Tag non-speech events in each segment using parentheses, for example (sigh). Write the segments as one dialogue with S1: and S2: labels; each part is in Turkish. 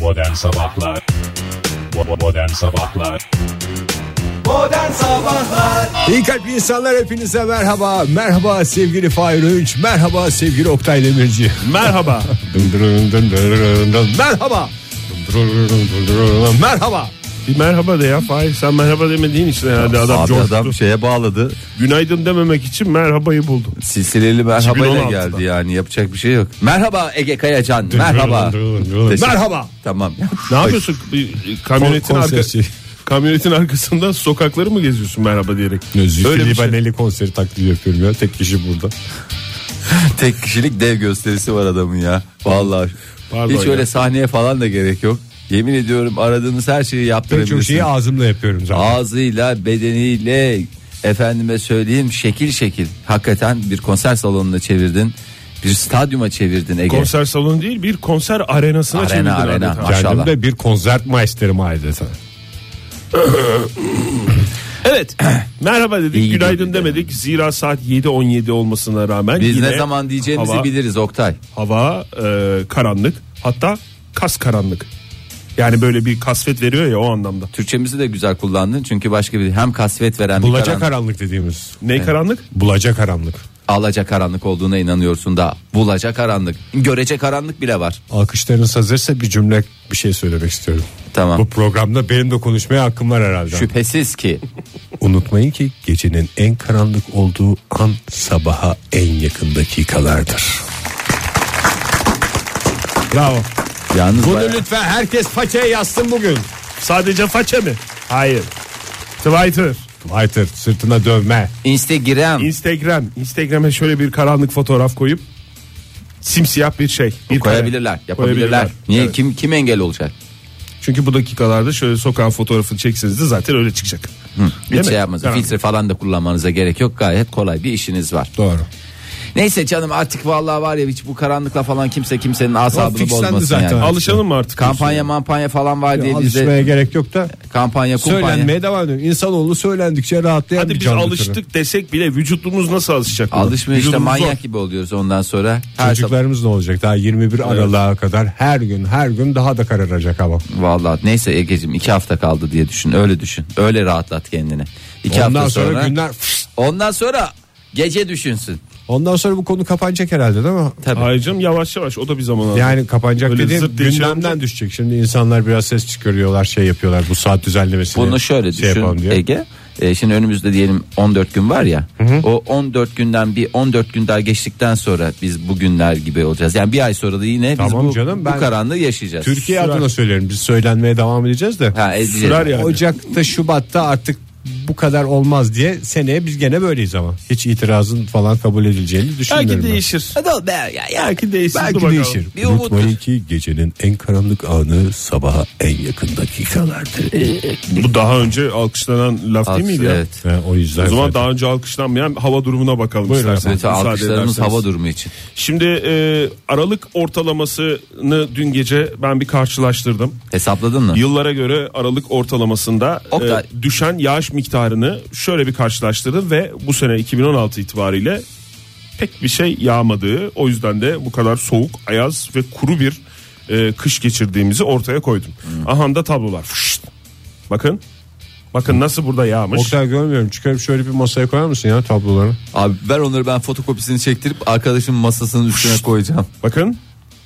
S1: Modern Sabahlar Bo- Modern Sabahlar
S2: Modern Sabahlar
S3: İyi kalpli insanlar hepinize merhaba. Merhaba sevgili Fahir Öğünç. Merhaba sevgili Oktay Demirci. (laughs)
S4: Merhaba.
S3: merhaba. merhaba.
S4: Bir merhaba de ya Fahir. Sen merhaba demediğin için herhalde adam
S5: Abi
S4: coştu.
S5: adam şeye bağladı.
S4: Günaydın dememek için merhabayı buldu.
S5: Silsileli merhabayla
S4: 2016'da.
S5: geldi yani. Yapacak bir şey yok. Merhaba Ege Kayacan. Merhaba. Teşekkür-
S3: Merhaba.
S5: Tamam.
S4: Ne yapıyorsun? Bir Kamyonetin,
S3: Kon-
S4: arka,
S3: konserci.
S4: kamyonetin arkasından sokakları mı geziyorsun merhaba diyerek? Öyle bir şey.
S3: konseri taklidi yapıyorum ya. Tek kişi burada.
S5: Tek kişilik dev gösterisi var adamın ya. Vallahi.
S4: Pardon
S5: Hiç
S4: ya.
S5: öyle sahneye falan da gerek yok. Yemin ediyorum aradığınız her şeyi
S3: Pek çok
S5: yaptırabilirsiniz.
S3: şeyi ağzımla yapıyorum zaten.
S5: Ağzıyla, bedeniyle efendime söyleyeyim şekil şekil. Hakikaten bir konser salonuna çevirdin. Bir stadyuma çevirdin Ege.
S4: Konser salonu değil bir konser arenasına
S5: Arena,
S4: çevirdin
S5: arena.
S4: adeta.
S5: Maşallah.
S3: Kendim de bir konsert maisterim adeta.
S4: Evet. merhaba dedik.
S5: İyi gidiyor,
S4: günaydın
S5: gidiyor.
S4: demedik. Zira saat 7.17 olmasına rağmen
S5: Biz
S4: yine
S5: ne zaman diyeceğimizi
S4: hava,
S5: biliriz Oktay.
S4: Hava e, karanlık. Hatta kas karanlık. Yani böyle bir kasvet veriyor ya o anlamda.
S5: Türkçemizi de güzel kullandın çünkü başka bir hem kasvet veren bir
S3: Bulacak
S5: karanlık,
S3: karanlık dediğimiz.
S4: Ne karanlık?
S3: Bulacak karanlık.
S5: alacak karanlık olduğuna inanıyorsun da bulacak karanlık, görecek karanlık bile var.
S3: Alkışlarınız hazırsa bir cümle bir şey söylemek istiyorum.
S5: Tamam.
S3: Bu programda benim de konuşmaya hakkım var herhalde.
S5: Şüphesiz ki
S3: Unutmayın ki gecenin en karanlık olduğu an sabaha en yakın dakikalardır. Bravo.
S5: yalnız
S3: Bunu
S5: bayağı-
S3: lütfen herkes façaya yazsın bugün.
S4: Sadece faça mı? Hayır. Twitter,
S3: Haytır sırtına dövme.
S5: Instagram
S4: Instagram. Instagram'a şöyle bir karanlık fotoğraf koyup simsiyah bir şey. Bir
S5: koyabilirler,
S4: kare.
S5: yapabilirler. Niye kim kim engel olacak?
S4: Çünkü bu dakikalarda şöyle sokağın fotoğrafını çekseniz de zaten öyle çıkacak.
S5: Hiç
S4: Değil
S5: şey
S4: mi?
S5: yapmaz.
S4: Tamam.
S5: Filtre falan da kullanmanıza gerek yok. Gayet kolay bir işiniz var.
S3: Doğru.
S5: Neyse canım artık vallahi var ya hiç bu karanlıkla falan kimse kimsenin asabını
S3: fixlendi
S5: bozmasın
S3: zaten.
S5: yani.
S3: Al-
S4: Alışalım mı artık?
S5: Kampanya mampanya falan var diye
S3: Alışmaya
S5: bizde
S3: gerek yok da
S5: kampanya kumpanya.
S3: söylenmeye devam ediyorum. İnsanoğlu söylendikçe rahatlayan
S4: Hadi
S3: bir
S4: biz
S3: canlı
S4: alıştık
S3: türü.
S4: desek bile vücudumuz nasıl alışacak? buna?
S5: Alışmıyor işte
S4: Vücudumuz
S5: manyak
S4: zor.
S5: gibi oluyoruz ondan sonra. Her sabah-
S3: Çocuklarımız ne olacak? Daha 21 Aralık'a kadar her gün her gün daha da kararacak hava.
S5: Vallahi neyse Ege'cim iki hafta kaldı diye düşün. Öyle düşün. Öyle rahatlat kendini. İki
S3: Ondan
S5: hafta
S3: sonra,
S5: sonra,
S3: günler fışt.
S5: Ondan sonra gece düşünsün.
S3: Ondan sonra bu konu kapanacak herhalde değil mi?
S5: Tabii.
S4: Hayır canım yavaş yavaş o da bir zaman alır.
S3: Yani kapanacak
S4: Öyle
S3: dediğim
S4: zırt diye şey
S3: gündemden
S4: olacak.
S3: düşecek. Şimdi insanlar biraz ses çıkarıyorlar, şey yapıyorlar bu saat düzenlemesini.
S5: Bunu şöyle
S3: şey yapalım
S5: düşün
S3: diye.
S5: Ege. Ee, şimdi önümüzde diyelim 14 gün var ya. O 14 günden bir 14 gün daha geçtikten sonra biz bugünler gibi olacağız. Yani bir ay sonra da yine
S3: Tamam
S5: biz bu,
S3: canım,
S5: bu
S3: ben-
S5: karanlığı yaşayacağız.
S3: Türkiye adına söylerim. Biz söylenmeye devam edeceğiz de.
S5: Ha, edeceğiz.
S4: Sürer yani.
S3: Ocak'ta, Şubat'ta artık bu kadar olmaz diye seneye biz gene böyleyiz ama. Hiç itirazın falan kabul edileceğini düşünmüyorum.
S4: Belki
S3: ben.
S4: değişir.
S5: Hadi be, ya- ya-
S4: Belki değişir. Dur
S3: Belki
S4: bakalım.
S3: değişir.
S5: Bir umuttur.
S3: Unutmayın ki gecenin en karanlık anı sabaha en yakın dakikalardır.
S4: Bu daha önce alkışlanan laf değil miydi ya?
S5: Evet.
S3: Ha, o yüzden.
S4: O zaman
S3: zaten.
S4: daha önce alkışlanmayan hava durumuna bakalım
S3: Buyurun
S4: isterseniz.
S5: Evet,
S4: Müsaade
S5: alkışlarımız
S4: ederseniz.
S5: hava durumu için.
S4: Şimdi e, Aralık ortalamasını dün gece ben bir karşılaştırdım.
S5: Hesapladın mı?
S4: Yıllara göre Aralık ortalamasında
S5: Oktay.
S4: e, düşen yağış miktarını şöyle bir karşılaştırdım ve bu sene 2016 itibariyle pek bir şey yağmadığı o yüzden de bu kadar soğuk, ayaz ve kuru bir e, kış geçirdiğimizi ortaya koydum.
S5: Hmm.
S4: Aha da tablolar. Fışt. Bakın. Bakın nasıl burada yağmış.
S3: Oktay görmüyorum. Çıkarıp şöyle bir masaya koyar mısın ya tabloları?
S5: Abi ver onları ben fotokopisini çektirip arkadaşımın masasının üstüne koyacağım.
S4: Bakın.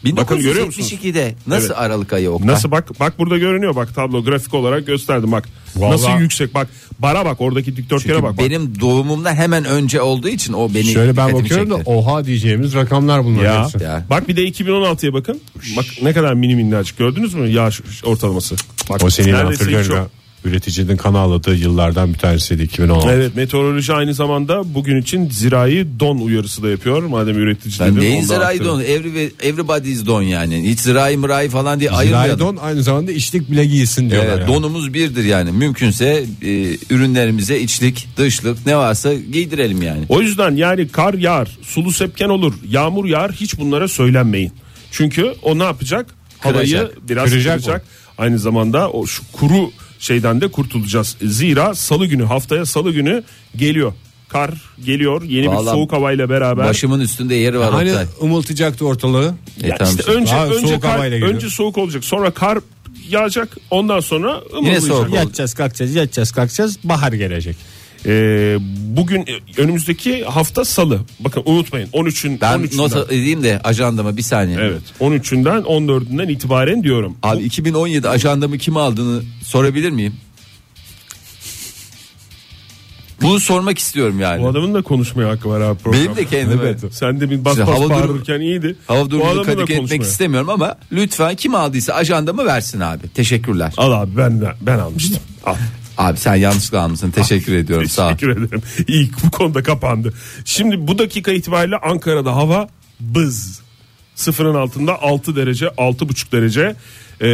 S4: Bakın görüyor musunuz?
S5: 1972'de nasıl
S4: Evet.
S5: Aralık ayı Oktay?
S4: Nasıl bak bak burada görünüyor bak tablo grafik olarak gösterdim bak.
S3: Vallahi-
S4: Nasıl yüksek bak. Bara bak oradaki dikdörtgene
S5: Çünkü
S4: bak. bak.
S5: benim doğumumdan hemen önce olduğu için o beni
S3: Şöyle ben
S5: dikkatimi
S3: bakıyorum da
S5: çekti.
S3: oha diyeceğimiz rakamlar bunlar.
S4: Ya.
S3: hepsi.
S5: Ya.
S4: Bak bir de 2016'ya bakın. Bak ne kadar mini minnacık gördünüz mü yağış ortalaması. Bak,
S3: O senin
S4: neredeyse hiç
S3: hatırlıyorum
S4: yok.
S3: ya. Üreticinin kan ağladığı yıllardan bir tanesiydi 2016.
S4: Evet meteoroloji aynı zamanda bugün için zirai don uyarısı da yapıyor. Madem üretici
S5: Ben
S4: dedin,
S5: neyin
S4: onu da
S5: zirai
S4: arttırın.
S5: don? Every, everybody's don yani. Hiç zirai mırai falan diye
S3: Zirai
S5: ayırmayalım.
S3: don aynı zamanda içlik bile giysin
S5: Ee,
S3: diyorlar. yani.
S5: Donumuz birdir yani. Mümkünse e, ürünlerimize içlik, dışlık ne varsa giydirelim yani.
S4: O yüzden yani kar yağar, sulu sepken olur, yağmur yağar hiç bunlara söylenmeyin. Çünkü o ne yapacak? Havayı
S5: Kıracak.
S4: biraz
S3: Kıracak
S4: kıracak. Aynı zamanda o şu kuru şeyden de kurtulacağız. Zira salı günü haftaya salı günü geliyor. kar geliyor. Yeni bir
S5: Vallahi
S4: soğuk havayla beraber.
S5: Başımın üstünde yeri var
S3: Hani
S5: Oktay.
S3: umultacaktı ortalığı.
S5: E,
S4: Ya
S5: tamam
S4: işte
S5: işte.
S4: önce
S3: Daha
S4: önce
S3: soğuk
S4: kar,
S3: havayla geliyor.
S4: önce soğuk olacak. Sonra kar yağacak. Ondan sonra
S5: soğuk.
S4: ımırlayacak.
S5: Ya-
S3: Yatacağız kalkacağız yatacağız kalkacağız bahar gelecek.
S4: Ee, bugün önümüzdeki hafta salı. Bakın unutmayın 13'ün
S5: Ben
S4: 13'ünden.
S5: not edeyim de ajandama bir saniye.
S4: Evet. 13'ünden 14'ünden itibaren diyorum.
S5: Abi 2017 ajandamı kim aldığını sorabilir miyim? Bunu sormak istiyorum
S4: Bu
S5: yani.
S4: adamın da konuşmaya hakkı var abi programda.
S5: Benim de kendime.
S4: Sen de bir bas
S5: İşte
S4: bas
S5: hava durumu-
S4: bağırırken iyiydi.
S5: Hava
S4: Bu
S5: durumunu
S4: adamın da
S5: kadık etmek
S4: konuşmaya.
S5: istemiyorum ama lütfen kim aldıysa ajandamı versin abi. Teşekkürler.
S4: Al abi ben ben almıştım. Al.
S5: Abi sen yanlışlıkla almışsın. Teşekkür ediyorum. Sağ ol.
S4: Teşekkür ederim. İyi bu konuda kapandı. Şimdi bu dakika itibariyle Ankara'da hava bız. Sıfırın altında 6 derece 6,5 derece Ee,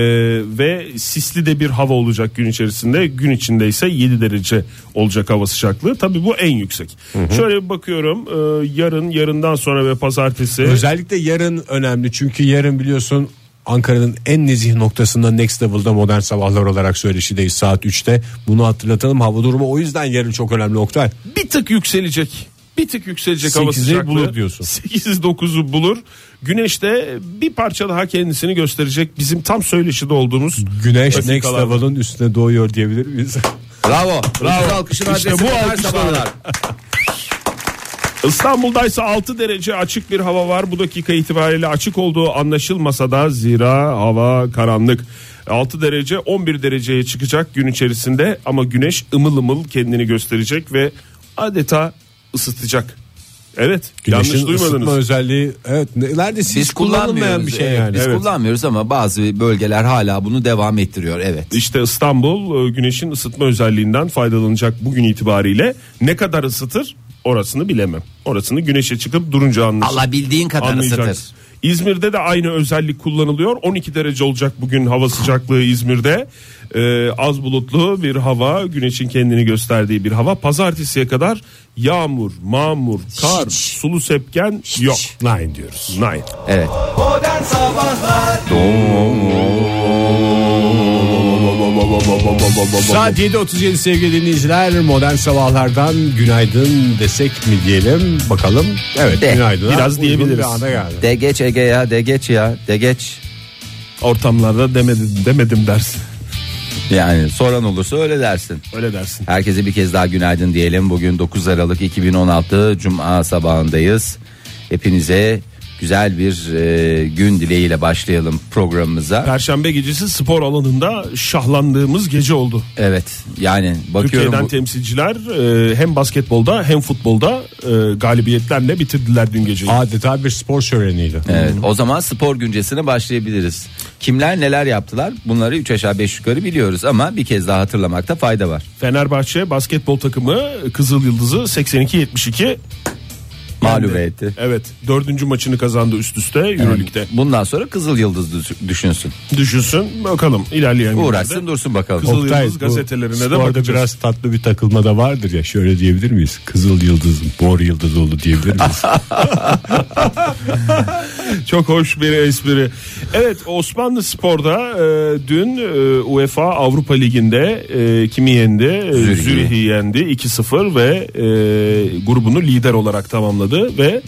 S4: ve sisli de bir hava olacak gün içerisinde. Gün içinde ise 7 derece olacak hava sıcaklığı. Tabii bu en yüksek. Şöyle bir bakıyorum ee, yarın yarından sonra ve pazartesi.
S3: Özellikle yarın önemli çünkü yarın biliyorsun Ankara'nın en nezih noktasında Next Level'da modern sabahlar olarak söyleşideyiz saat 3'te. Bunu hatırlatalım hava durumu o yüzden yarın çok önemli Oktay.
S4: bir tık yükselecek. Bir tık yükselecek hava
S3: Sekizi
S4: sıcaklığı.
S3: bulur diyorsun.
S4: 8-9'u bulur. Güneş de bir parça daha kendisini gösterecek. Bizim tam söyleşide olduğumuz
S3: Güneş Next
S4: dakikalarda.
S3: Level'ın üstüne doğuyor diyebilir miyiz?
S5: Bravo. Bravo. alkışın
S4: İşte
S5: adresi
S4: bu
S5: Modern
S4: alkışlar.
S5: Sabahlar.
S4: İstanbul'da ise 6 derece açık bir hava var. Bu dakika itibariyle açık olduğu anlaşılmasa da zira hava karanlık. 6 derece 11 dereceye çıkacak gün içerisinde ama güneş ımıl ımıl kendini gösterecek ve adeta ısıtacak. Evet yanlış
S3: Güneşin ısıtma
S4: duymadınız.
S3: özelliği evet neredeyse
S5: Biz
S3: hiç kullanılmayan
S5: kullanmıyoruz.
S3: bir şey
S5: Evet,
S3: yani.
S5: Biz
S3: Evet.
S5: kullanmıyoruz ama bazı bölgeler hala bunu devam ettiriyor. Evet.
S4: İşte İstanbul e, güneşin ısıtma özelliğinden faydalanacak bugün itibariyle. Ne kadar ısıtır orasını bilemem. Orasını güneşe çıkıp durunca anlaşılır.
S5: Alabildiğin kadar ısıtır.
S4: anlayacaksın. İzmir'de de aynı özellik kullanılıyor. 12 derece olacak bugün hava sıcaklığı İzmir'de. Ee, az bulutlu bir hava, güneşin kendini gösterdiği bir hava. Pazartesiye kadar yağmur, mağmur, kar,
S5: Hiç.
S4: sulu sepken yok.
S3: Nine diyoruz.
S4: Nine.
S5: Evet.
S2: Modern Sabahlar
S3: Saat 7.37 sevgili dinleyiciler modern sabahlardan günaydın desek mi diyelim bakalım. Evet
S5: De.
S3: günaydın.
S4: Biraz
S3: Uygun
S4: diyebiliriz.
S3: Bir ana geldi.
S5: De geç Ege ya de geç ya de geç.
S4: Ortamlarda demedim, demedim dersin.
S5: Yani soran olursa öyle dersin.
S4: Öyle dersin.
S5: Herkese bir kez daha günaydın diyelim. Bugün 9 Aralık 2016 Cuma sabahındayız. Hepinize güzel bir e, gün dileğiyle başlayalım programımıza.
S4: Perşembe gecesi spor alanında şahlandığımız gece oldu.
S5: Evet yani bakıyorum
S4: Türkiye'den
S5: bu-
S4: temsilciler e, hem basketbolda hem futbolda e, galibiyetlerle bitirdiler dün geceyi.
S3: Adeta bir spor şöleniydi.
S5: Evet, o zaman spor güncesine başlayabiliriz. Kimler neler yaptılar? Bunları 3 aşağı 5 yukarı biliyoruz ama bir kez daha hatırlamakta fayda var.
S4: Fenerbahçe basketbol takımı Kızıl Yıldız'ı 82-72
S5: Mağlup etti.
S4: Evet dördüncü maçını kazandı üst üste Euroleague'de.
S5: Bundan sonra Kızıl Yıldız düş- düşünsün.
S4: Düşünsün bakalım ilerleyen
S5: Uğraşsın
S4: günlerde.
S5: dursun bakalım.
S4: Kızıl
S3: Oktay,
S4: Yıldız
S3: bu
S4: gazetelerine de
S3: sporda
S4: bakacağız.
S3: biraz tatlı bir takılma da vardır ya şöyle diyebilir miyiz? Kızıl yıldız, mor yıldız oldu diyebilir miyiz?
S4: Çok hoş bir espri. Evet Osmanlı Spor'da e, dün e, UEFA Avrupa Ligi'nde e, kimi yendi? E,
S5: Zürih'i.
S4: Zürih'i yendi 2-0 ve e, grubunu lider olarak tamamladı ve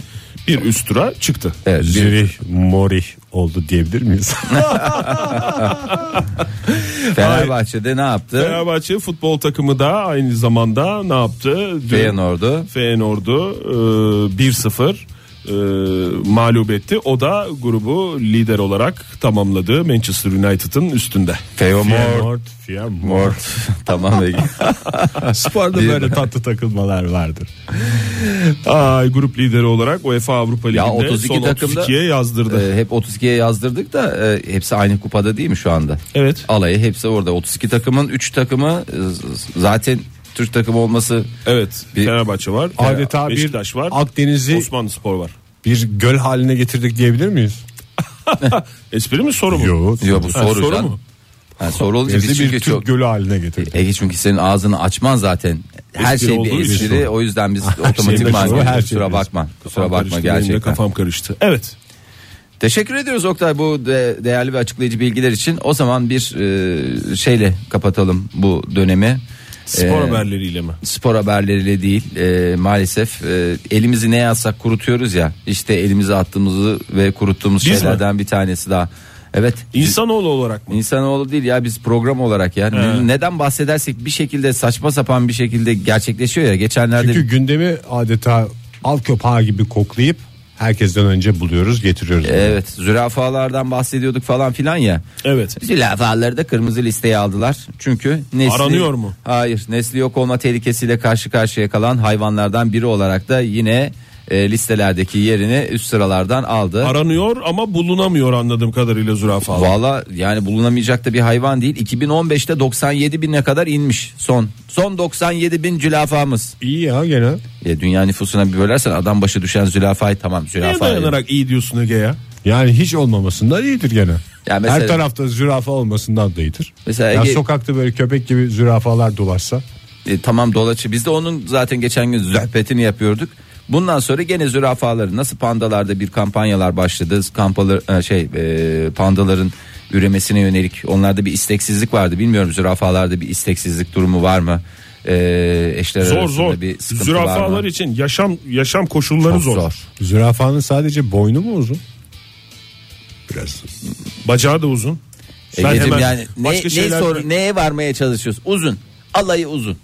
S4: bir üst tura çıktı.
S5: Evet, bir-
S3: Zürih, mori oldu diyebilir (laughs) miyiz?
S5: Fenerbahçe'de ne yaptı?
S4: Fenerbahçe futbol takımı da aynı zamanda ne yaptı? Dün
S5: Feyenoord'u.
S4: Feyenoord'u e, 1-0 e, mağlup etti. O da grubu lider olarak tamamladı Manchester United'ın üstünde.
S5: Feyenoord.
S3: Fiyamort.
S5: Mort. (laughs) tamam
S4: (laughs)
S5: Ege.
S3: Sporda böyle tatlı takılmalar vardır.
S4: Ay, grup lideri olarak UEFA Avrupa Ligi'nde
S5: Ya 32
S4: son
S5: takımda-
S4: 32'ye yazdırdı.
S5: Ee, hep 32'ye yazdırdık da e, hepsi aynı kupada değil mi şu anda?
S4: Evet.
S5: Alayı hepsi orada. 32 takımın 3 takımı e, z- zaten Türk takımı olması
S4: Evet.
S5: Bir-
S4: Fenerbahçe var.
S3: Adeta bir
S4: Beşiktaş var.
S3: Akdeniz'i
S4: Osmanlı Spor var.
S3: bir göl haline getirdik diyebilir miyiz?
S4: Espri mi soru mu?
S3: Yok.
S5: diyor bu soru,
S4: soru
S5: can.
S4: mu?
S5: Ha, soru olunca
S3: Bizi
S5: biz
S3: bir
S5: çünkü
S3: Türk
S5: çok
S3: gölü haline getirdik.
S5: Ege çünkü senin ağzını açman zaten her
S4: Espri
S5: şey
S4: olduğu
S5: bir
S4: için
S5: espri. O yüzden biz otomatik
S4: bir soru,
S3: her şey
S5: kusura
S3: bir
S5: bakma. Kusura
S4: Kafam
S5: bakma
S4: karıştı, benim de
S5: gerçekten.
S4: Kafam karıştı. Evet.
S5: Teşekkür ediyoruz Oktay bu de- değerli ve açıklayıcı bilgiler için. O zaman bir e, şeyle kapatalım bu dönemi.
S4: Spor haberleriyle mi?
S5: spor haberleriyle değil e, maalesef e, elimizi ne yazsak kurutuyoruz ya işte elimize attığımızı ve kuruttuğumuz
S4: Biz
S5: şeylerden bir tanesi daha evet
S4: İnsanoğlu olarak mı?
S5: İnsanoğlu değil ya biz program olarak ya Ne- neden bahsedersek bir şekilde saçma sapan bir şekilde gerçekleşiyor ya geçenlerde
S3: Çünkü gündemi adeta al köpağı gibi koklayıp herkesten önce buluyoruz getiriyoruz.
S5: evet zürafalardan bahsediyorduk falan filan ya
S4: Evet.
S5: Zülafaları da kırmızı listeye aldılar. Çünkü nesli,
S4: Aranıyor mu?
S5: Hayır. Nesli yok olma tehlikesiyle karşı karşıya kalan hayvanlardan biri olarak da yine e, listelerdeki yerini üst sıralardan aldı.
S4: Aranıyor ama bulunamıyor anladığım kadarıyla zürafalar.
S5: Valla yani bulunamayacak da bir hayvan değil. 2015'te 97 bine kadar inmiş son. Son 97 bin zülafamız.
S3: İyi ya gene.
S5: E, dünya nüfusuna bir bölersen adam başı düşen zülafayı tamam
S4: Neye
S5: zürafa.
S4: dayanarak iyi diyorsun Ege ya?
S3: Yani hiç olmamasından iyidir gene.
S5: Ya mesela-
S3: Her tarafta zürafa olmasından da iyidir.
S5: Mesela
S3: Ya
S5: Ege-
S3: sokakta böyle köpek gibi zürafalar dolaşsa.
S5: E, tamam dolaçı. Biz de onun zaten geçen gün zöhbetini yapıyorduk. Bundan sonra gene zürafaları nasıl pandalarda bir kampanyalar başladı. Kampalar e, şey e, pandaların üremesine yönelik onlarda bir isteksizlik vardı. Bilmiyorum zürafalarda bir isteksizlik durumu var mı? E, eşler
S4: Zor
S5: arasında
S4: zor.
S5: bir sıkıntı var
S4: Zürafalar
S5: mı?
S4: için yaşam yaşam koşulları
S5: Çok
S4: zor.
S3: Zürafanın sadece boynu mu uzun? Biraz.
S4: Bacağı da uzun. Ben
S5: Egeciğim
S4: hemen
S5: E, yani ne,
S4: başka
S5: ne
S4: şeyler
S5: sor- neye varmaya çalışıyoruz? Uzun. Alayı uzun.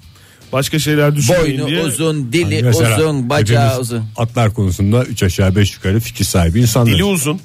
S4: başka şeyler düşünmeyin
S5: Boynu
S4: diye.
S5: uzun, dili
S3: Hani mesela
S5: uzun, bacağı
S3: hepimiz
S5: uzun.
S3: Atlar konusunda 3 aşağı 5 yukarı fikir sahibi insanlar.
S4: Dili uzun.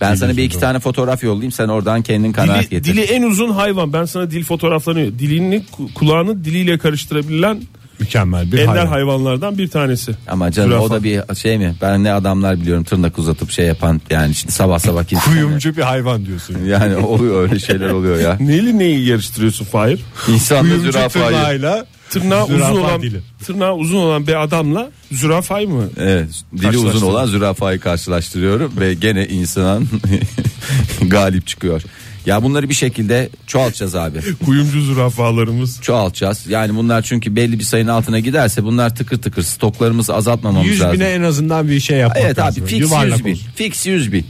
S5: Ben sana bir iki
S3: uzun.
S5: tane fotoğraf yollayayım sen oradan kendin kanaat
S4: Dili,
S5: getir.
S4: dili en uzun hayvan. Ben sana dil fotoğraflarını dilini ku- kulağını diliyle karıştırabilen
S3: Mükemmel bir
S4: ender
S3: hayvan.
S4: hayvanlardan bir tanesi.
S5: Ama canım
S4: Zürafa.
S5: o da bir şey mi? Ben ne adamlar biliyorum tırnak uzatıp şey yapan yani şimdi sabah sabah insanlar-
S3: Kuyumcu bir hayvan diyorsun.
S5: Yani oluyor öyle şeyler oluyor
S4: (laughs)
S5: ya.
S4: Neyle neyi yarıştırıyorsun Fahir?
S5: İnsanla
S3: Kuyumcu
S5: zürafayı.
S3: tırnağıyla
S4: Tırnağı
S3: zürafa
S4: uzun olan
S3: dili.
S4: tırnağı uzun olan bir adamla zürafay mı?
S5: Evet, dili uzun olan zürafayı karşılaştırıyorum ve gene insan (laughs) galip çıkıyor. Ya bunları bir şekilde çoğaltacağız abi.
S4: Kuyumcu zürafalarımız.
S5: Çoğaltacağız. Yani bunlar çünkü belli bir sayının altına giderse bunlar tıkır tıkır stoklarımızı azaltmamamız
S3: 100
S5: lazım.
S3: bine en azından bir şey yapmak
S5: Evet abi
S3: lazım.
S5: fix 100
S3: Yuvarlak
S5: bin.
S3: olsun.
S5: Fix 100 bin.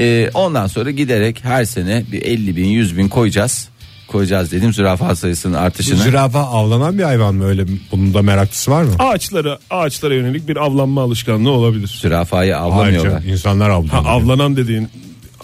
S5: Ee, ondan sonra giderek her sene bir 50 bin 100 bin koyacağız. Koyacağız dedim zürafa sayısının artışını.
S3: Zürafa avlanan bir hayvan mı öyle bunun da meraklısı var mı?
S4: Ağaçlara ağaçlara yönelik bir avlanma alışkanlığı olabilir.
S5: Zürafayı avlamıyorlar.
S3: Ayrıca insanlar avlıyor.
S4: Ha, avlanan dediğin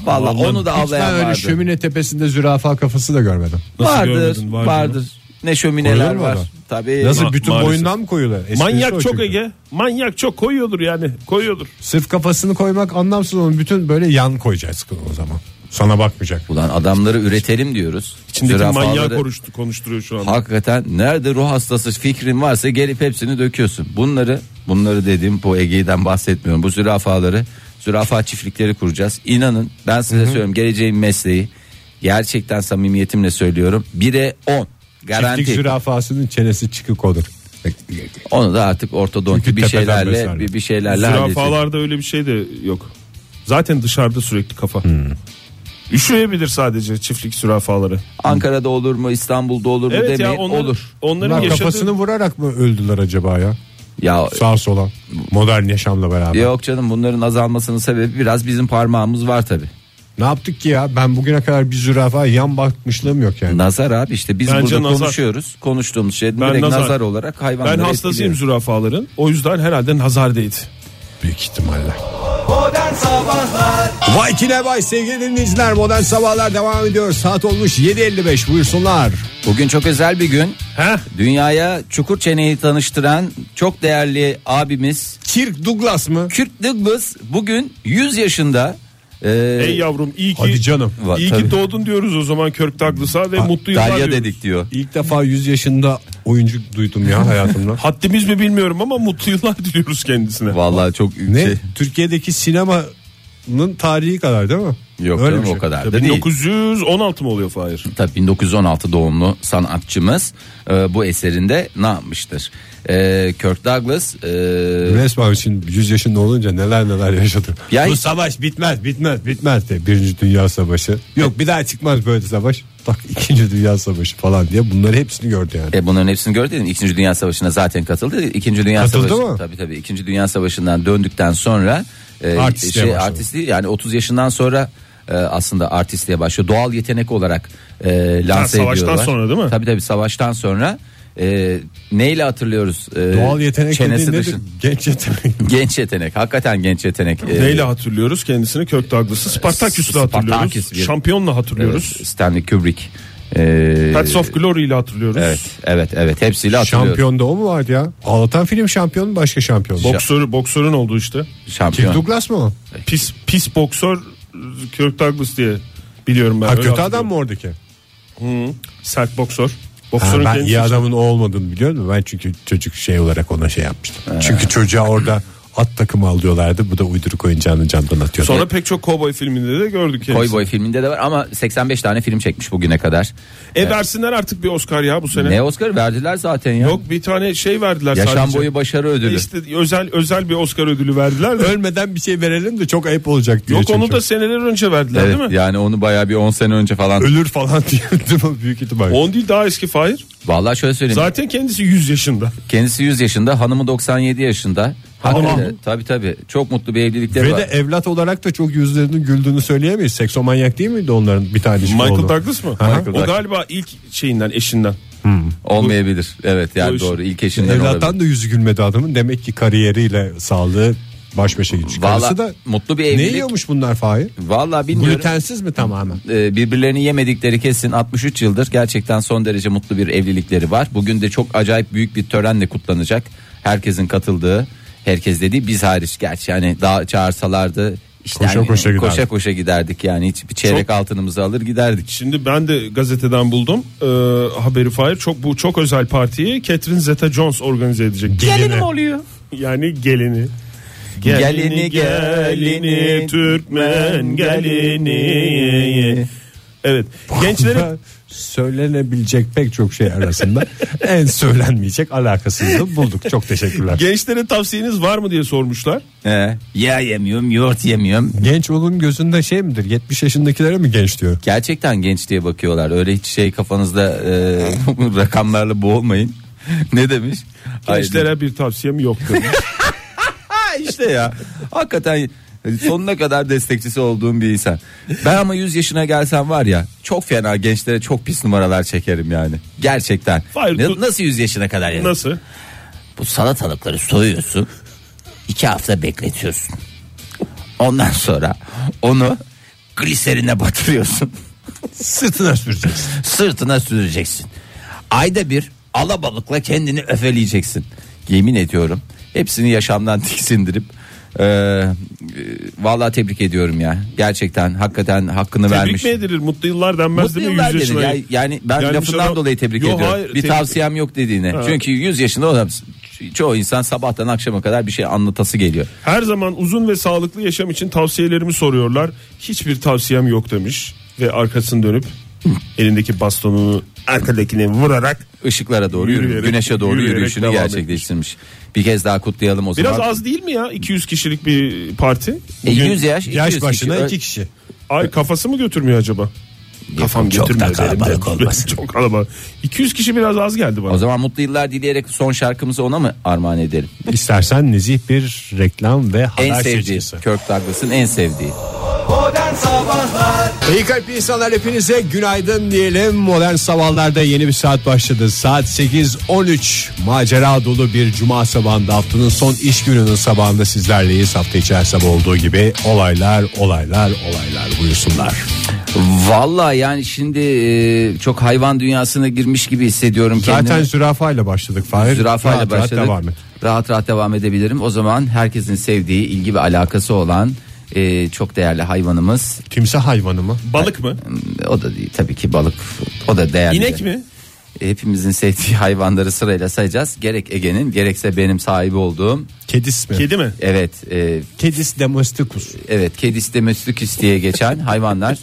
S5: Valla onu da
S3: Hiç ben
S5: avlayan
S3: öyle
S5: vardır.
S3: şömine tepesinde zürafa kafası da görmedim.
S4: Nasıl
S5: vardır,
S4: görmedin, var
S5: vardır.
S4: canım?
S5: Ne şömineler
S3: Koyuyor mu
S5: var.
S3: orada?
S5: Tabii.
S3: Nasıl
S4: Ma-
S3: bütün
S4: maalesef.
S3: boyundan mı koyuyorlar? Esprisi o
S4: Manyak çok
S3: çünkü.
S4: Ege. Manyak çok koyuyordur yani. Koyuyordur.
S3: Sırf kafasını koymak anlamsız onun bütün böyle yan koyacağız o zaman. Sana bakmayacak.
S5: Ulan adamları üretelim diyoruz.
S4: İçindeki manyağı
S5: Zürafaları-
S4: konuştu, konuşturuyor şu anda.
S5: Hakikaten nerede ruh hastası fikrin varsa gelip hepsini döküyorsun. Bunları bunları dediğim bu Ege'den bahsetmiyorum. Bu zürafaları zürafa çiftlikleri kuracağız. İnanın ben size söylüyorum geleceğin mesleği gerçekten samimiyetimle söylüyorum. 1'e 10 garanti.
S3: Çiftlik zürafasının çenesi çıkık olur.
S5: Onu da artık ortodonti
S3: Çünkü
S5: bir
S3: tepeden
S5: şeylerle
S3: beslerler.
S5: bir, bir şeylerle halledeceğiz.
S4: Zürafalarda öyle bir şey de yok. Zaten dışarıda sürekli kafa.
S5: Hmm.
S4: Üşüyebilir sadece çiftlik zürafaları.
S5: Ankara'da olur mu İstanbul'da olur mu
S4: Evet ya
S5: demeyin
S4: onların,
S5: olur.
S4: onların
S3: Bunlar
S4: yaşadığı
S3: kafasını vurarak mı öldüler acaba ya?
S5: Ya
S3: Sağ sola. Modern yaşamla beraber.
S5: yok canım bunların azalmasının sebebi biraz bizim parmağımız var tabi.
S3: Ne yaptık ki ya? Ben bugüne kadar bir zürafa yan bakmışlığım yok yani.
S5: Nazar abi işte biz
S4: Bence
S5: burada
S4: nazar.
S5: konuşuyoruz. Konuştuğumuz şey direkt nazar.
S4: nazar.
S5: olarak hayvanlara
S4: Ben hastasıyım zürafaların. O yüzden herhalde nazar değdi.
S3: Büyük ihtimalle.
S2: Modern Sabahlar
S3: Vay ki ne vay sevgili dinleyiciler. Modern sabahlar devam ediyor. Saat olmuş 7.55 buyursunlar.
S5: Bugün çok özel bir gün.
S4: Heh.
S5: Dünyaya çukur çeneyi tanıştıran çok değerli abimiz
S3: Kirk Douglas mı?
S5: Kürt Douglas bugün 100 yaşında. Ee,
S4: Ey yavrum iyi ki
S3: Hadi canım.
S5: Va-
S4: iyi
S5: tabii.
S4: ki doğdun diyoruz o zaman Kirk Douglas'a ve mutlu yıllar
S5: Darya
S4: diyoruz.
S5: dedik diyor.
S3: İlk defa 100 yaşında oyuncu duydum ya
S5: (laughs)
S3: hayatımda.
S4: Haddimiz mi bilmiyorum ama mutlu (laughs) yıllar diliyoruz kendisine.
S5: Vallahi çok
S3: ne?
S5: şey-
S3: Türkiye'deki sinemanın tarihi kadar değil mi?
S5: Yok
S3: Öyle
S5: canım
S3: bir şey.
S5: o kadar da değil.
S4: 1916 mı oluyor Fahir?
S5: Tabii 1916 doğumlu sanatçımız e, bu eserinde ne yapmıştır? E, Kirk Douglas e,
S3: Resmen şimdi 100 yaşında olunca neler neler yaşadı.
S5: Ya-
S3: Bu savaş bitmez bitmez bitmez de Birinci Dünya Savaşı. Yok bir daha çıkmaz böyle savaş. Tak İkinci Dünya Savaşı falan diye bunları hepsini gördü yani.
S5: E bunların hepsini gördün. İkinci Dünya Savaşı'na zaten katıldı. İkinci Dünya
S3: Katıldı
S5: Savaşı
S3: mı?
S5: tabii tabii. İkinci Dünya Savaşı'ndan döndükten sonra e,
S3: Artistliğe başladı.
S5: artistliği yani 30 yaşından sonra e, aslında artistliğe başlıyor. Doğal yetenek olarak e, lanse
S4: Ha, savaştan
S5: ediyorlar.
S4: sonra değil mi?
S5: Tabii tabii savaştan sonra e, neyle hatırlıyoruz? E,
S3: Doğal yetenek
S5: çenesi
S3: dediğin nedir?
S5: dışın-
S3: Genç yetenek.
S5: Genç yetenek. Hakikaten genç yetenek. E,
S4: Neyle hatırlıyoruz kendisini? Kirk Douglas'ı Spartaküs'le
S5: Spartaküs
S4: hatırlıyoruz.
S5: bir-
S4: Şampiyonla hatırlıyoruz.
S5: Stanley Kubrick. E,
S4: Paths of Glory ile hatırlıyoruz.
S5: Evet, evet, evet. Hepsiyle hatırlıyorum.
S3: Şampiyonda o mu vardı ya? Ağlatan film şampiyon başka şampiyon. Boks.
S4: Boksör, boksörün olduğu işte.
S5: Şampiyon.
S3: Kirk Douglas mı o?
S4: Pis, pis boksör Kirk Douglas diye biliyorum ben.
S3: Ha,
S4: Öyle
S3: kötü adam
S4: hatırlıyorum.
S3: mı oradaki?
S4: Sert boksör.
S3: Ha,
S4: Boksörün
S3: ben
S4: kendisi
S3: iyi adamın o olmadığını biliyor musun? Ben çünkü çocuk şey olarak ona şey yapmıştım. Çünkü çocuğa orada at takımı alıyorlardı. Bu da uyduruk oyuncağını camdan atıyordu.
S4: Sonra pek çok kovboy filminde de gördük. E, kendisini.
S5: Cowboy filminde de var ama 85 tane film çekmiş bugüne kadar.
S4: E versinler artık bir Oscar ya bu sene.
S5: Ne Oscar verdiler zaten ya.
S4: Yok bir tane şey verdiler
S5: Yaşam
S4: sadece.
S5: boyu başarı ödülü.
S4: İşte özel özel bir Oscar ödülü verdiler de.
S3: ölmeden bir şey verelim de çok ayıp olacak diye.
S4: Yok onu
S3: çünkü.
S4: da seneler önce verdiler
S5: Evet,
S4: değil mi?
S5: yani onu bayağı bir 10 sene önce falan.
S3: ölür falan (laughs) diye değil mi? büyük ihtimal.
S4: On değil daha eski Fahir.
S5: Vallahi şöyle söyleyeyim.
S4: Zaten kendisi 100 yaşında.
S5: Kendisi 100 yaşında, hanımı 97 yaşında. Hakikaten tabii tabii. Çok mutlu bir evlilikleri
S3: Ve
S5: var.
S3: de evlat olarak da çok yüzlerinin güldüğünü söyleyemeyiz. Seksomanyak değil miydi onların bir tanesi?
S4: Michael
S3: oğlu?
S4: Douglas mı?
S3: Aha.
S5: Michael
S4: o
S5: Douglas.
S4: galiba ilk şeyinden eşinden.
S5: Olmayabilir. Evet
S4: Bu
S5: yani
S4: iş-
S5: doğru. İlk eşinden olabilir.
S3: Evlattan da yüzü gülmedi adamın. Demek ki kariyeriyle sağlığı baş başa gidiyor. Karısı
S5: Vallahi
S3: da
S5: mutlu bir
S3: ne
S5: evlilik.
S3: yiyormuş bunlar Fahir?
S5: Vallahi bilmiyorum.
S3: Glutensiz mi tamamen?
S5: Ee, birbirlerini yemedikleri kesin 63 yıldır gerçekten son derece mutlu bir evlilikleri var. Bugün de çok acayip büyük bir törenle kutlanacak. Herkesin katıldığı, herkes dediği biz hariç gerçi yani daha çağırsalardı işte
S3: Koşa
S5: hani
S3: koşa giderdik.
S5: koşa koşa giderdik yani hiç bir çeyrek
S4: Çok-
S5: altınımızı alır giderdik.
S4: Şimdi ben de gazeteden buldum Ee, haberi Fahir. Çok bu çok özel partiyi Catherine Zeta-Jones organize edecek.
S5: Gelinim oluyor.
S4: Yani gelini.
S5: Gelini, gelini,
S4: Türkmen gelini. Evet. Gençlere
S3: söylenebilecek pek çok şey
S4: (laughs)
S3: arasında en söylenmeyecek alakasızlığı bulduk. Çok teşekkürler.
S4: gençlere tavsiyeniz var mı diye sormuşlar.
S5: Ee, ya yemiyorum, yoğurt yemiyorum.
S3: Genç olun gözünde şey midir? 70 yaşındakilere mi genç diyor?
S5: Gerçekten genç diye bakıyorlar. Öyle hiç şey kafanızda e, (laughs) rakamlarla boğulmayın. (laughs) ne demiş? Hayır,
S4: Gençlere bir tavsiyem yok.
S5: (laughs)
S4: demiş.
S5: işte ya. Hakikaten sonuna kadar destekçisi olduğum bir insan. Ben ama 100 yaşına gelsem var ya çok fena gençlere çok pis numaralar çekerim yani. Gerçekten.
S4: Hayır,
S5: Ne-
S4: bu-
S5: nasıl 100 yaşına kadar yani?
S4: Nasıl?
S5: Bu salatalıkları soyuyorsun. iki hafta bekletiyorsun. Ondan sonra onu gliserine batırıyorsun.
S3: Sırtına süreceksin.
S5: sırtına süreceksin. Ayda bir alabalıkla kendini öfeleyeceksin. Yemin ediyorum hepsini yaşamdan (laughs) tiksindirip e, e, vallahi tebrik ediyorum ya. Gerçekten hakikaten hakkını
S4: Tebrik
S5: vermiş.
S4: mi edilir? Mutlu yıllar denmez
S5: Mutlu
S4: değil mi?
S5: yıllar
S4: Yüz yaşına-
S5: dedi. Yani, yani ben
S4: Yani
S5: lafından
S4: sana-
S5: dolayı tebrik
S4: Yo,
S5: ediyorum.
S4: hayır,
S5: bir
S4: tebrik-
S5: tavsiyem yok dediğine. Çünkü 100 yaşında olan çoğu insan sabahtan akşama kadar bir şey anlatası geliyor.
S4: Her zaman uzun ve sağlıklı yaşam için tavsiyelerimi soruyorlar. Hiçbir tavsiyem yok demiş ve arkasını dönüp elindeki bastonunu arkadakine vurarak
S5: Işıklara doğru yürü-
S4: Yürüyerek-
S5: güneşe doğru
S4: yürüyerek
S5: yürüyüşünü
S4: devam
S5: gerçekleştirmiş. Bir kez daha kutlayalım o
S4: Biraz
S5: zaman.
S4: az değil mi ya 200 kişilik bir parti?
S5: E, 100 yaş, 200
S3: Yaş
S5: kişi-
S3: başına
S5: Ö-
S3: iki kişi.
S4: Ay kafası mı götürmüyor acaba? Kafam
S5: çok
S4: götürmüyor.
S5: da kalabalık
S4: benim.
S5: olmasın.
S4: (laughs) çok kalabalık. 200 kişi biraz az geldi
S5: O
S4: bana.
S5: zaman mutlu yıllar dileyerek son şarkımızı ona mı armağan edelim?
S3: İstersen nezih bir reklam ve haber
S5: en sevdiği
S3: seçkisi.
S5: Kirk Douglas'ın en sevdiği.
S2: Modern Sabahlar
S3: İyi kalpli insanlar hepinize günaydın diyelim. Modern sabahlarda yeni bir saat başladı. Saat 8.13 macera dolu bir cuma sabahında haftanın son iş gününün sabahında sizlerleyiz. Hafta içi her sabah olduğu gibi olaylar olaylar olaylar buyursunlar.
S5: Valla yani şimdi e, çok hayvan dünyasına girmiş gibi hissediyorum kendimi.
S3: Zaten zürafayla başladık Fahir.
S5: zürafayla
S3: Rahat rahat
S5: başladık.
S3: devam et.
S5: Rahat rahat devam edebilirim. O zaman herkesin sevdiği, ilgi ve alakası olan e, çok değerli hayvanımız.
S3: Timsah hayvanı mı?
S4: Balık mı?
S5: O da değil tabii ki balık. O da değerli. E,
S4: İnek mi?
S5: Hepimizin sevdiği (laughs) hayvanları sırayla sayacağız. Gerek Ege'nin gerekse benim sahibi olduğum.
S3: Kedis mi?
S4: Kedi mi?
S5: Evet e,
S3: Kedis domesticus.
S5: Evet kedis de Mötlüküs diye geçen hayvanlar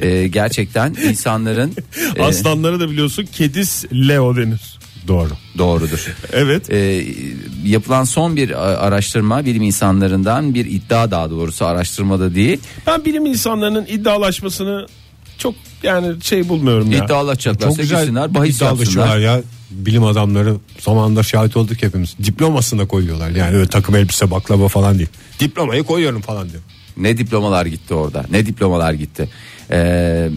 S5: e, gerçekten insanların e,
S4: Aslanlara da biliyorsun kedis Leo denir.
S3: Doğru.
S5: doğrudur.
S4: Evet.
S5: E, yapılan son bir a- araştırma bilim insanlarından bir iddia daha doğrusu araştırmada değil.
S4: Ben bilim insanlarının iddialaşmasını çok yani şey bulmuyorum ya.
S5: İddialaşacaklar.
S3: Çok güzel
S5: Gitsinler bahis
S3: iddialaşıyorlar
S5: yapsınlar.
S3: ya. Bilim adamları zamanında şahit olduk hepimiz. Diplomasına koyuyorlar. Yani öyle takım elbise baklava falan değil. Diplomayı koyuyorum falan diyor.
S5: Ne diplomalar gitti orada. Ne diplomalar gitti. E,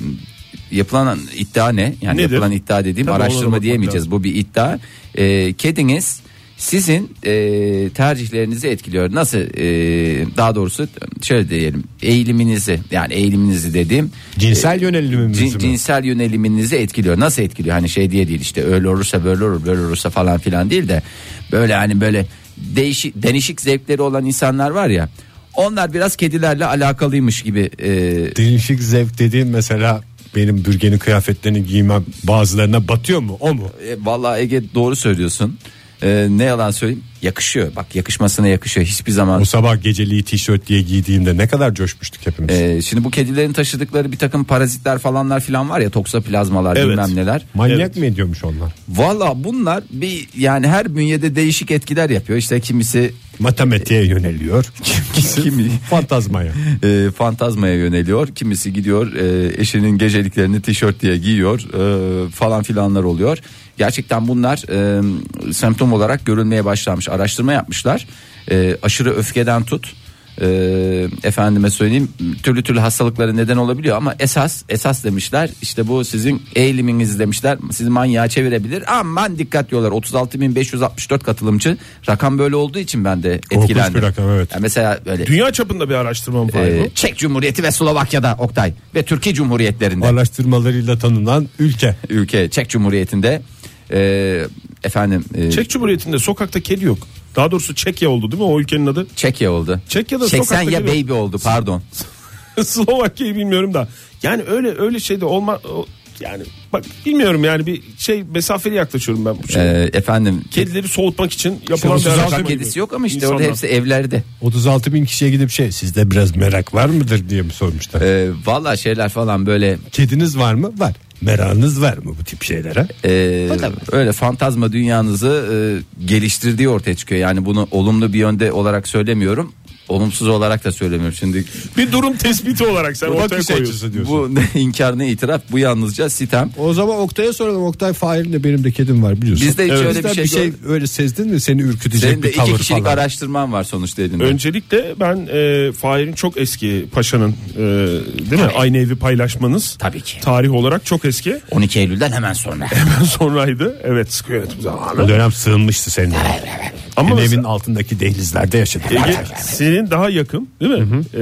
S5: yapılan iddia ne? Yani
S4: Nedir?
S5: yapılan iddia dediğim
S4: Tabii ona da
S5: araştırma
S4: bakmak
S5: diyemeyeceğiz. Bu bir iddia. Ee, kediniz sizin e, tercihlerinizi etkiliyor. Nasıl e, daha doğrusu şöyle diyelim eğiliminizi yani eğiliminizi dediğim
S3: Cinsel yönelimimiz
S5: Ee, Cin-
S3: mi?
S5: cinsel yöneliminizi etkiliyor. Nasıl etkiliyor? Hani şey diye değil işte öyle olursa böyle olur böyle olursa falan filan değil de böyle hani böyle değişik denişik zevkleri olan insanlar var ya. Onlar biraz kedilerle alakalıymış gibi e,
S3: Değişik zevk dediğin mesela benim bürgenin kıyafetlerini giymem bazılarına batıyor mu o mu?
S5: E, Vallahi Ege doğru söylüyorsun. E, ne yalan söyleyeyim yakışıyor. Bak yakışmasına yakışıyor hiçbir zaman.
S3: O sabah geceliği tişört diye giydiğimde ne kadar coşmuştuk hepimiz.
S5: E, şimdi bu kedilerin taşıdıkları bir takım parazitler falanlar filan var ya toksoplazmalar
S4: Evet.
S5: bilmem neler.
S3: Manyak
S4: Evet.
S3: mı ediyormuş onlar?
S5: Valla bunlar bir yani her bünyede değişik etkiler yapıyor. İşte kimisi
S3: Matematiğe
S5: (laughs)
S3: yöneliyor.
S5: kimi
S3: Fantazmaya.
S5: e, fantazmaya yöneliyor. Kimisi gidiyor e, eşinin geceliklerini tişört diye giyiyor e, falan filanlar oluyor. Gerçekten bunlar e, semptom olarak görülmeye başlamış. Araştırma yapmışlar. E, aşırı öfkeden tut e, efendime söyleyeyim türlü türlü hastalıklara neden olabiliyor ama esas esas demişler işte bu sizin eğiliminiz demişler sizi manyağa çevirebilir aman dikkat diyorlar 36.564 katılımcı rakam böyle olduğu için ben de etkilendim.
S3: bir rakam, evet.
S5: Yani mesela böyle
S4: Dünya çapında bir araştırma mı Fahir bu?
S5: ee, Çek Cumhuriyeti ve Slovakya'da Oktay ve Türkiye Cumhuriyetlerinde
S3: Araştırmalarıyla tanınan ülke.
S5: ülke Çek Cumhuriyeti'nde e, efendim e,
S4: Çek Cumhuriyeti'nde sokakta kedi yok. Daha doğrusu Çekya oldu değil mi o ülkenin adı? (laughs)
S5: Çekya oldu.
S4: Çekya'da
S5: Çeksen
S4: sokakta
S5: ya
S4: gibi-
S5: baby oldu
S4: (laughs)
S5: pardon.
S4: Slovakya'yı bilmiyorum da. Yani öyle öyle şey de olma o- yani bak bilmiyorum yani bir şey mesafeli yaklaşıyorum ben bu şeye.
S5: Ee, efendim e,
S4: Kedileri soğutmak için yapılan bir
S5: Sokak
S4: araştırma gibi.
S5: kedisi yok ama işte orada
S4: İnsanlar.
S5: hepsi evlerde.
S3: 36 bin kişiye gidip şey sizde biraz merak var mıdır diye mi sormuşlar.
S5: Ee, Valla şeyler falan böyle
S3: Kediniz var mı? Var. Meranız var mı bu tip şeylere?
S5: e, öyle fantazma dünyanızı e, geliştirdiği ortaya çıkıyor. Yani bunu olumlu bir yönde olarak söylemiyorum. Olumsuz olarak da söylemiyorum. Şimdi
S4: Bir durum tespiti olarak sen ortaya
S3: Bakış
S4: koyuyorsun.
S3: açısı diyorsun.
S5: bu (laughs) ne inkar ne itiraf bu yalnızca sitem.
S3: O zaman Oktay'a soralım. Oktay Fahir'in de benim de kedim var biliyorsun.
S5: Bizde hiç öyle
S3: Bizden
S5: bir şey gör-
S3: öyle sezdin mi seni ürkütecek
S5: Senin de
S3: bir
S5: iki
S3: tavır
S5: kişilik
S3: falan.
S5: araştırman var sonuçta elinde.
S4: Öncelikle ben e, Fahir'in çok eski paşanın e, değil mi? Aynı evi paylaşmanız.
S5: Tabii ki.
S4: Tarih olarak çok eski. (laughs)
S5: 12 Eylül'den
S3: (laughs)
S5: hemen sonra.
S4: Sonraydı. Evet sıkı yönetim
S3: O
S4: zamanı.
S3: dönem sığınmıştı senin. evin.
S4: Ama
S3: Senin
S4: mesela-
S3: evin altındaki dehlizlerde yaşadık.
S4: Ege senin daha yakın değil mi? E,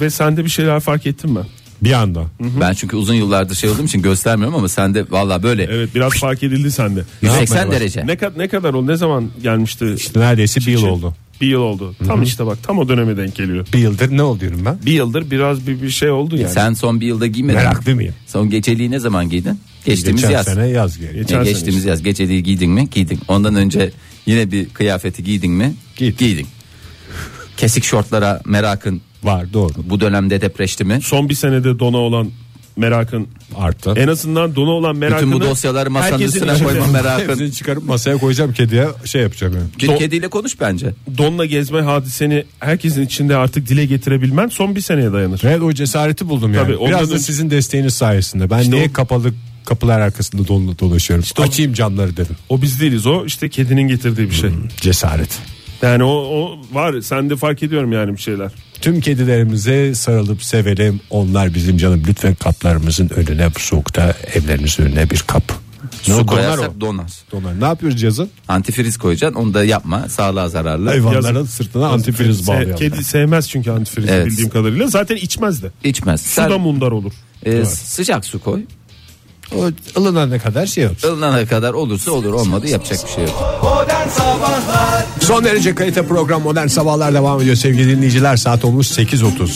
S4: ve sende bir şeyler fark ettin mi?
S3: Bir anda.
S5: ben çünkü uzun yıllardır şey olduğum için göstermiyorum ama sende valla böyle
S4: Evet biraz fark
S5: (laughs)
S4: edildi sende.
S5: 180
S3: yapmaya
S5: derece.
S4: Ne, kad- ne kadar oldu? Ne zaman gelmişti? Şey,
S3: Neredeyse bir yıl oldu.
S4: Bir yıl oldu. Tam işte bak tam o döneme denk geliyor.
S3: Bir yıldır ne oluyorum ben?
S4: Bir yıldır biraz bir, bir şey oldu yani.
S5: Sen son bir yılda giymedin.
S3: Meraklı mıyım?
S5: Son geceliği ne zaman giydin? Geçtiğimiz
S3: Geçen
S5: yaz.
S3: sene yaz geliyor.
S5: Ne,
S4: sene
S5: geçtiğimiz yaz geceliği giydin mi? Giydin. Ondan önce yine bir kıyafeti giydin mi?
S3: Giydim.
S5: Giydin. Kesik şortlara merakın
S3: Var doğru.
S5: bu dönemde depreşti mi?
S4: Son bir senede dona olan merakın
S3: Arttı.
S4: en azından dona olan merakını
S5: Bütün bu dosyaları masanın
S4: herkesin
S5: üstüne
S3: (laughs)
S4: içinde.
S5: koyma merakın.
S3: Hepsini çıkarıp masaya koyacağım kediye şey yapacağım yani.
S5: Bir
S4: Don-
S5: kediyle konuş bence.
S4: donla gezme hadiseni herkesin içinde artık dile getirebilmen son bir seneye dayanır.
S3: Evet o cesareti buldum yani.
S4: Tabii, ondan
S3: Biraz da
S4: önce-
S3: sizin desteğiniz sayesinde. Ben
S4: İşte
S3: niye
S4: o-
S3: kapalı kapılar arkasında dolu dolaşıyorum? Açayım camları dedim.
S4: O biz değiliz o işte kedinin getirdiği bir şey.
S3: Cesaret.
S4: Yani o, o var sende fark ediyorum yani bir şeyler.
S3: Tüm kedilerimize sarılıp sevelim. Onlar bizim canım. Lütfen kaplarımızın önüne bu soğukta evlerimizin önüne bir kap. Ne
S5: Su
S3: o, donar
S5: koyarsak
S3: o.
S5: donar.
S3: Donar. Ne yapıyoruz yazın?
S5: Antifriz koyacaksın onu da yapma sağlığa zararlı.
S3: Hayvanların
S4: Yazın-
S3: sırtına antifriz
S4: Se-
S3: bağlayalım.
S4: Kedi sevmez çünkü antifrizi
S5: Evet.
S4: bildiğim kadarıyla. Zaten içmez de.
S5: İçmez.
S4: Su da
S5: Sen,
S4: mundar olur. (laughs)
S5: e, sıcak su koy.
S3: O ılınana kadar şey yapsın.
S5: Ilınana kadar olursa olur olmadı yapacak bir şey yok.
S2: Modern Sabahlar
S3: Son derece kalite program Modern Sabahlar devam ediyor sevgili dinleyiciler. Saat olmuş 8.30.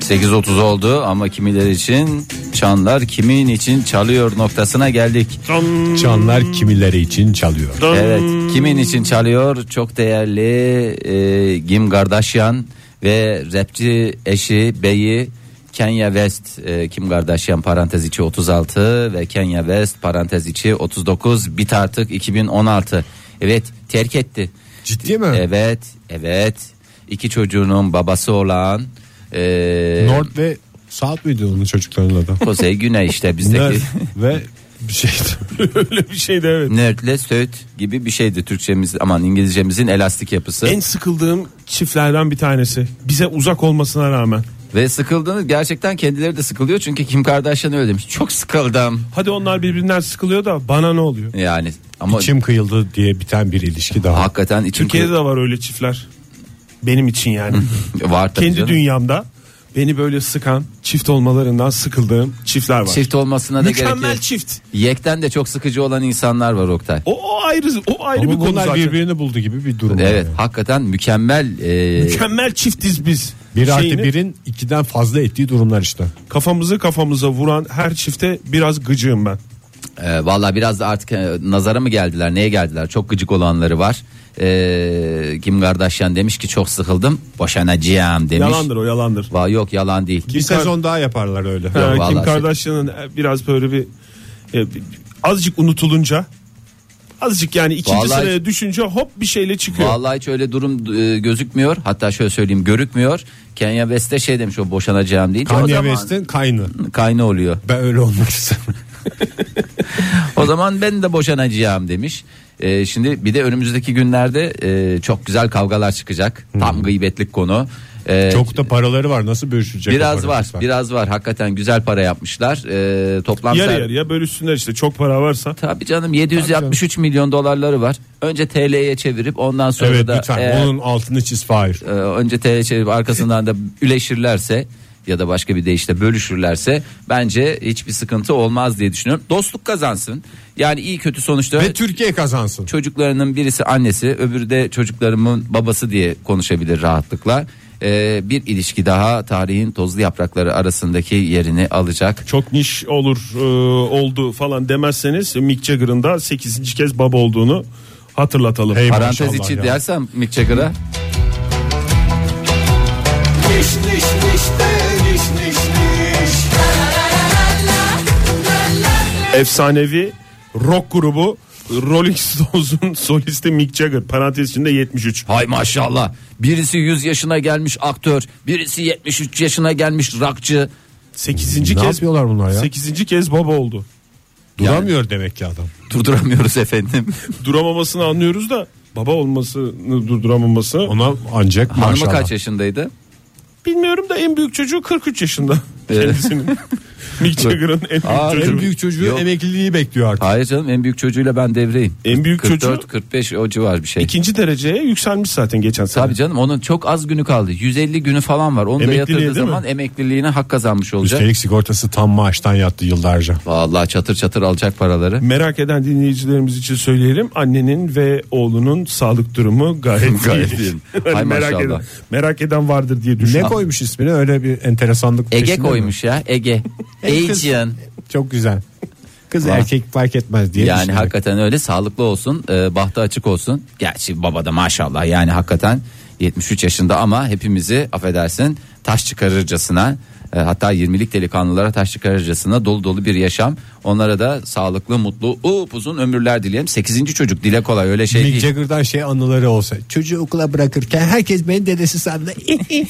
S5: 8.30 oldu ama kimileri için çanlar kimin için çalıyor noktasına geldik.
S4: Can-
S3: Çanlar kimileri için çalıyor.
S4: can-
S5: Evet kimin için çalıyor çok değerli e, Kim Kardashian ve rapçi eşi beyi Kenya West e, Kim Kardashian parantez içi 36 ve Kenya West parantez içi 39 bit artık 2016. Evet terk etti.
S3: Ciddi mi?
S5: Evet, evet. İki çocuğunun babası olan e,
S3: North ve South mıydı onun çocuklarının adı?
S5: Kuzey Güney işte bizdeki
S3: North (laughs) ve bir şey
S5: (laughs)
S3: şeydi.
S4: Öyle bir şey de evet.
S5: Nerdle Söğüt gibi bir şeydi Türkçemiz aman İngilizcemizin elastik yapısı.
S4: En sıkıldığım çiftlerden bir tanesi. Bize uzak olmasına rağmen.
S5: Ve sıkıldığını gerçekten kendileri de sıkılıyor çünkü Kim Kardashian öyle demiş. Çok sıkıldım.
S4: Hadi onlar birbirinden sıkılıyor da bana ne oluyor?
S5: Yani ama
S3: Çim kıyıldı diye biten bir ilişki daha.
S5: hakikaten içim
S4: Türkiye'de de var öyle çiftler. Benim için yani.
S5: var (laughs) tabii
S4: Kendi
S5: canım.
S4: dünyamda beni böyle sıkan çift olmalarından sıkıldığım çiftler var.
S5: Çift olmasına da gerek yok.
S4: Mükemmel çift.
S5: Yekten de çok sıkıcı olan insanlar var Oktay.
S4: O, o ayrı o ayrı
S3: Ama
S4: bir konu
S3: bunlar
S4: zaten.
S3: birbirini buldu gibi bir durum.
S5: Evet
S3: yani.
S5: hakikaten mükemmel. e,
S4: Mükemmel çiftiz biz.
S3: Bir
S4: Şeyini-
S3: artı birin ikiden fazla ettiği durumlar işte.
S4: kafamızı kafamıza vuran her çifte biraz gıcığım ben.
S5: E, Valla biraz da artık e, nazara mı geldiler neye geldiler çok gıcık olanları var. E, Kim Kardashian demiş ki çok sıkıldım boşanacağım demiş.
S4: Yalandır o yalandır.
S5: Va, yok yalan değil.
S3: Bir sezon daha yaparlar öyle.
S4: Ha,
S5: vallahi
S4: Kim
S5: şey-
S4: Kardashian'ın e, biraz böyle bir e, bir- azıcık unutulunca azıcık yani ikinci
S5: Vallahi-
S4: sıraya düşünce hop bir şeyle çıkıyor.
S5: Vallahi hiç öyle durum e, gözükmüyor. Hatta şöyle söyleyeyim görükmüyor. Kenya West'e şey demiş o boşanacağım deyince o
S3: Kanye
S5: zaman
S3: West'in kaynı.
S5: kayna oluyor.
S3: Ben öyle olmak istemem. (laughs)
S5: O zaman ben de boşanacağım demiş. Ee, şimdi bir de önümüzdeki günlerde e, çok güzel kavgalar çıkacak. Tam gıybetlik konu. Ee,
S3: Çok da paraları var nasıl bölüşecek? o
S5: biraz
S3: paraları
S5: var,
S3: sen?
S5: biraz var. Hakikaten güzel para yapmışlar. Ee, toplam
S4: Yarı
S5: ser-
S4: yarıya bölüşsünler işte çok para varsa.
S5: Tabii canım 763 milyon dolarları var. Önce TL'ye çevirip ondan sonra
S3: Evet
S5: da
S3: lütfen
S5: eğer,
S3: onun altını çiz Fahir.
S5: e, önce TL'ye çevirip arkasından da üleşirlerse ya da başka bir deyişle bölüşürlerse bence hiçbir sıkıntı olmaz diye düşünüyorum. Dostluk kazansın. Yani iyi kötü sonuçta
S3: Ve Türkiye kazansın.
S5: çocuklarının birisi annesi öbürü de çocuklarımın babası diye konuşabilir rahatlıkla. Ee, bir ilişki daha tarihin tozlu yaprakları arasındaki yerini alacak.
S4: Çok niş olur e, oldu falan demezseniz Mick Jagger'ın da 8. kez baba olduğunu hatırlatalım.
S3: Hey
S5: Parantez
S3: maşallah
S5: içi
S3: ya.
S5: dersem Mick Jagger'a
S2: Niş niş niş de niş niş niş.
S4: efsanevi rock grubu Rolling Stones'un (laughs) solisti Mick Jagger parantez içinde 73.
S5: hay maşallah birisi 100 yaşına gelmiş aktör birisi 73 yaşına gelmiş rakçı
S4: 8.
S3: Ne
S4: kez
S3: yapıyorlar bunlar ya?
S4: 8. kez baba oldu.
S3: Duramıyor demek ki adam. (laughs)
S5: durduramıyoruz efendim.
S4: Duramamasını anlıyoruz da baba olmasını durduramaması.
S3: Ona ancak
S5: Hanımı
S3: maşallah.
S5: kaç yaşındaydı?
S4: Bilmiyorum da en büyük çocuğu 43 yaşında kendisinin. Mick Jagger'ın en büyük
S5: Aa,
S4: çocuğu.
S3: En büyük çocuğu
S5: Yok.
S3: emekliliği bekliyor artık.
S5: Hayır canım en büyük çocuğuyla ben devreyim.
S4: En büyük
S5: 44,
S4: çocuğu-
S5: 45 o civar bir şey.
S4: İkinci dereceye yükselmiş zaten geçen sene.
S5: Tabii canım onun çok az günü kaldı. 150 günü falan var. Onu da
S4: Emekliliği
S5: yatırdığı
S4: değil mi?
S5: zaman emekliliğine hak kazanmış olacak.
S3: Üstelik sigortası tam maaştan yattı yıllarca.
S5: Vallahi çatır çatır alacak paraları.
S4: Merak eden dinleyicilerimiz için söyleyelim. Annenin ve oğlunun sağlık durumu gayet,
S5: Gayet
S4: iyi. (laughs)
S5: iyi.
S4: Yani
S5: Hay
S4: merak,
S5: maşallah.
S4: eden, merak eden vardır diye
S3: Ne
S4: düşünüyorum.
S3: koymuş ismini öyle bir enteresanlık.
S5: Ege
S3: peşinde mi?
S5: koymuş ya
S3: (laughs)
S5: Ege.
S3: kız-
S5: Asian.
S3: Çok güzel. Kız
S5: Vah.
S3: erkek fark etmez diye
S5: Yani
S3: düşünerek.
S5: hakikaten öyle sağlıklı olsun, e, bahtı açık olsun. Gerçi baba da maşallah yani hakikaten 73 yaşında ama hepimizi affedersin taş çıkarırcasına e, hatta 20'lik delikanlılara taş çıkarırcasına dolu dolu bir yaşam. Onlara da sağlıklı, mutlu, upuzun ömürler dileyelim. 8. çocuk dile kolay öyle şey
S3: Mick
S5: değil.
S3: Jagger'dan şey anıları olsa. Çocuğu okula bırakırken herkes beni dedesi sandı. (laughs)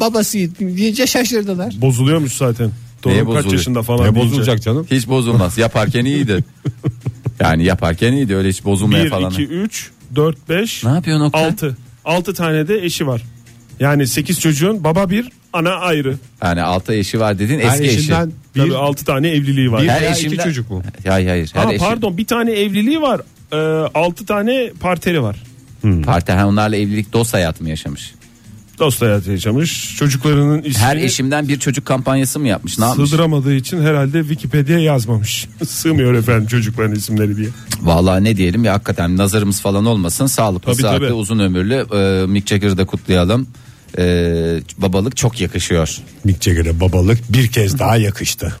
S3: Babası diyece şaşırdılar.
S4: Bozuluyormuş zaten.
S5: Neye
S4: Doğru kaç
S5: bozuluyor?
S4: yaşında falan
S3: Ne
S4: deyince.
S3: bozulacak canım?
S5: Hiç bozulmaz.
S3: (laughs)
S5: Yaparken iyiydi. Yani yaparken iyiydi öyle hiç bozulmaya
S4: 1,
S5: falan.
S4: 2, 3, 4, 5,
S5: Ne yapıyorsun Oktay?
S4: 6. 6 tane de eşi var. Yani 8 çocuğun baba bir, ana ayrı.
S5: Yani altı eşi var dedin
S3: Her
S5: eski eşi.
S3: eşinden bir,
S4: Tabii 6 tane evliliği var.
S3: bir
S4: Ha,
S5: Her
S3: veya
S5: eşimden-
S3: iki çocuk mu?
S5: Hayır hayır. Her eşi-
S4: pardon bir tane evliliği var. 6 tane parteri var.
S5: Parti ha, onlarla evlilik dost hayatı mı yaşamış?
S4: Dost hayatı yaşamış. Çocuklarının ismini
S5: Her eşimden bir çocuk kampanyası mı yapmış? Ne yapmış?
S4: sığdıramadığı için herhalde Wikipedia yazmamış. (laughs) Sığmıyor efendim çocukların isimleri diye.
S5: Vallahi ne diyelim ya hakikaten nazarımız falan olmasın. Sağlıklı,
S4: Tabii,
S5: sıhhatli,
S4: tabii.
S5: uzun ömürlü. Ee, Mick Jagger'ı da kutlayalım. Ee, babalık çok yakışıyor.
S3: Mick Jagger'e babalık bir kez daha yakıştı.